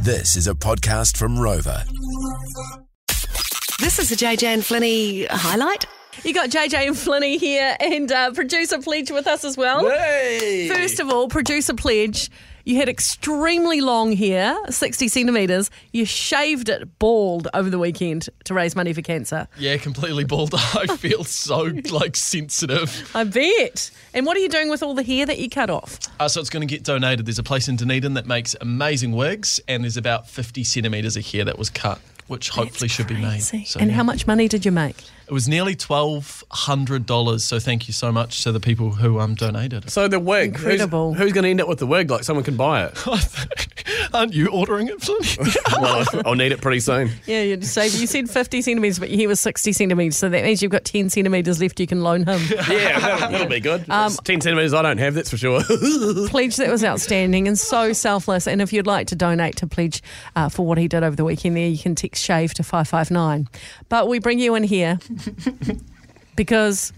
This is a podcast from Rover. This is a JJ and Flinny highlight. You got JJ and Flinny here, and uh, producer Pledge with us as well. First of all, producer Pledge, you had extremely long hair, sixty centimeters. You shaved it bald over the weekend to raise money for cancer. Yeah, completely bald. I feel so like sensitive. I bet. And what are you doing with all the hair that you cut off? Uh, so it's going to get donated. There's a place in Dunedin that makes amazing wigs, and there's about 50 centimeters of hair that was cut, which hopefully should be made. See, So, and yeah. how much money did you make? It was nearly twelve hundred dollars. So thank you so much to the people who um donated. So the wig, who's- Incredible. Who's, going to end up with the wig? Like someone can buy it. Aren't you ordering it, Flynn? well, I'll need it pretty soon. Yeah, you shaved. You said fifty centimeters, but your hair was sixty centimeters, so that means you've got ten centimeters left. You can loan him. Yeah, that'll, that'll be good. Um, It's Ten centimeters, I don't have. That's for sure. Pledge, that was outstanding and so selfless. And if you'd like to donate to Pledge uh, for what he did over the weekend there, you can text shave to 559. But we bring you in here because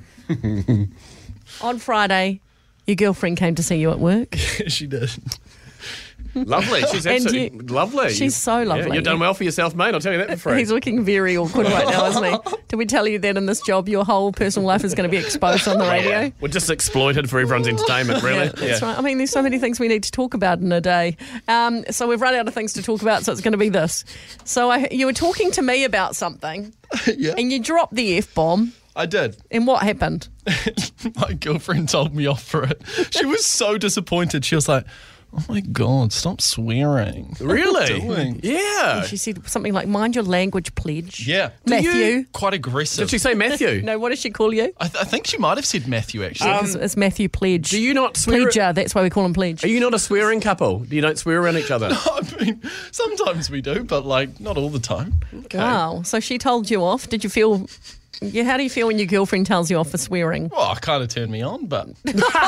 on Friday, your girlfriend came to see you at work. she did. lovely. She's And absolutely you- lovely. she's so Yeah, lovely. you've done well for yourself, mate. I'll tell you that for free. He's looking very awkward right now, isn't he? Did we tell you that in this job, your whole personal life is going to be exposed on the radio? We're just exploited for everyone's entertainment, really. That's right. I mean, there's so many things we need to talk about in a day. Um, so we've run out of things to talk about, so it's going to be this. So I, you were talking to me about something, Yeah. and you dropped the f bomb. I did. And what happened? My girlfriend told me off for it. She was so disappointed. She was like, "Oh my god, stop swearing." Really? doing? Yeah. She said something like, "Mind your language, pledge." Yeah. Matthew. Quite aggressive. Did she say Matthew? No, what does she call you? I, th- I think she might have said Matthew actually. it's, it's Matthew Pledge. Do you not swear? Pledger. That's why we call him Pledge. Are you not a swearing couple? You don't swear around each other. I mean, sometimes we do, but like not all the time. Wow. So she told you off. Did you feel? Yeah. How do you feel when your girlfriend tells you off for swearing? Well, kind of turned me on, but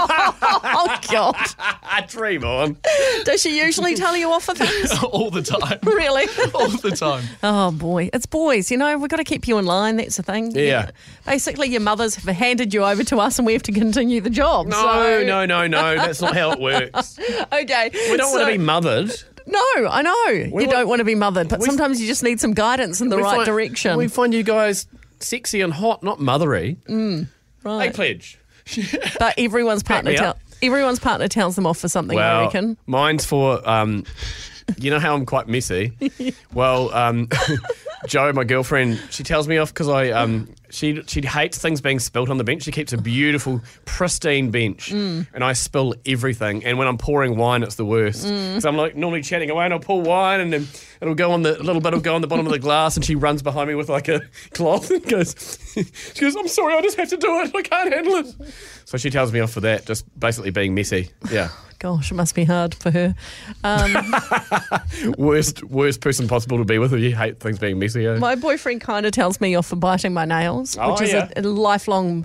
oh God. I dream on. Does she usually tell you off for things? all the time. Really? all the time. Oh boy, it's boys. You know, we've got to keep you in line. That's the thing. Yeah. Basically, your mothers have handed you over to us, and we have to continue the job. No, so, no, no, no. That's not how it works. Okay. We don't want so- to be mothered. No, I know you want- don't want to be mothered, but We- sometimes you just need some guidance in the We right find- direction. We find you guys sexy and hot, not mothery. Hey, Mm, right. pledge. But everyone's partner me tell, up. everyone's partner tells them off for something. I reckon. mine's for um, you know how I'm quite messy. well, um, Joe, my girlfriend, she tells me off because I um, she she hates things being spilt on the bench. She keeps a beautiful, pristine bench, Mm. and I spill everything. And when I'm pouring wine, it's the worst. Mm. So I'm like normally chatting away, and I'll pour wine, and then it'll go on the a little bit will go on the bottom of the glass, and she runs behind me with like a cloth and goes, she goes, I'm sorry, I just have to do it. I can't handle it. So she tells me off for that, just basically being messy. Yeah. Gosh, it must be hard for her. Um, worst worst person possible to be with if you hate things being messy. eh? Yeah. My boyfriend kind of tells me off for biting my nails, Oh, which is yeah. a, a lifelong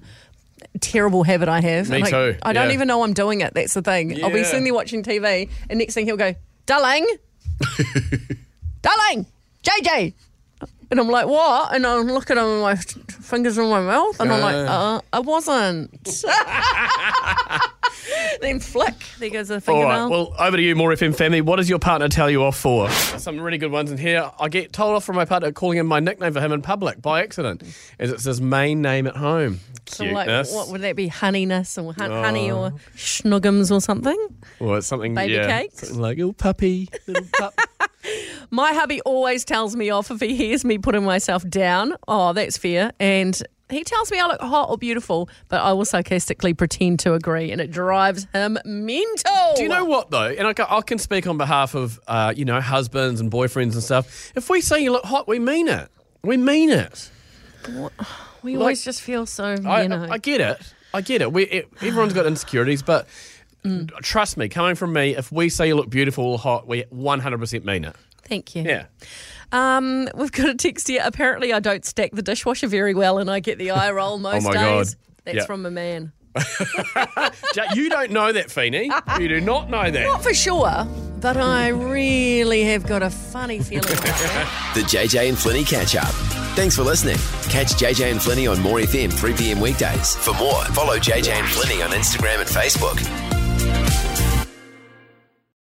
terrible habit I have. Me And I, too, I don't yeah. even know I'm doing it. That's the thing. I'll be Yeah. sitting there watching TV, and next thing he'll go, "Darling, darling, JJ," and I'm like, "What?" And I'm looking at my f- fingers in my mouth, and I'm like, "Uh, I wasn't." then flick. There goes the All fingernail. right, well, over to you, More FM family. What does your partner tell you off for? Some really good ones in here. I get told off from my partner calling him my nickname for him in public by accident, as it's his main name at home. So I'm like, Cuteness. what would that be? Honeyness or hun- Oh. honey or schnuggums or something? Or it's something, Baby yeah, cakes? something like, oh, puppy, little pup. My hubby always tells me off if he hears me putting myself down. Oh, that's fair. And he tells me I look hot or beautiful, but I will sarcastically pretend to agree, and it drives him mental. Do you know what though? And I can, I can speak on behalf of uh, you know husbands and boyfriends and stuff. If we say you look hot, we mean it. We mean it. We always just feel so, you I, know. I get it. I get it. We it, everyone's got insecurities, but Mm. trust me, coming from me, if we say you look beautiful or hot, we 100% mean it. Thank you. Yeah. Um, we've got a text here. Apparently, I don't stack the dishwasher very well, and I get the eye roll most Oh, my God. days. That's Yeah. from a man. Ja- you don't know that, Feeney. You do not know Not that. for sure, but I really have got a funny feeling about that. The JJ and Flinny catch up. Thanks for listening. Catch JJ and Flinny on More FM 3 p.m. weekdays. For more, follow JJ and Flinny on Instagram and Facebook.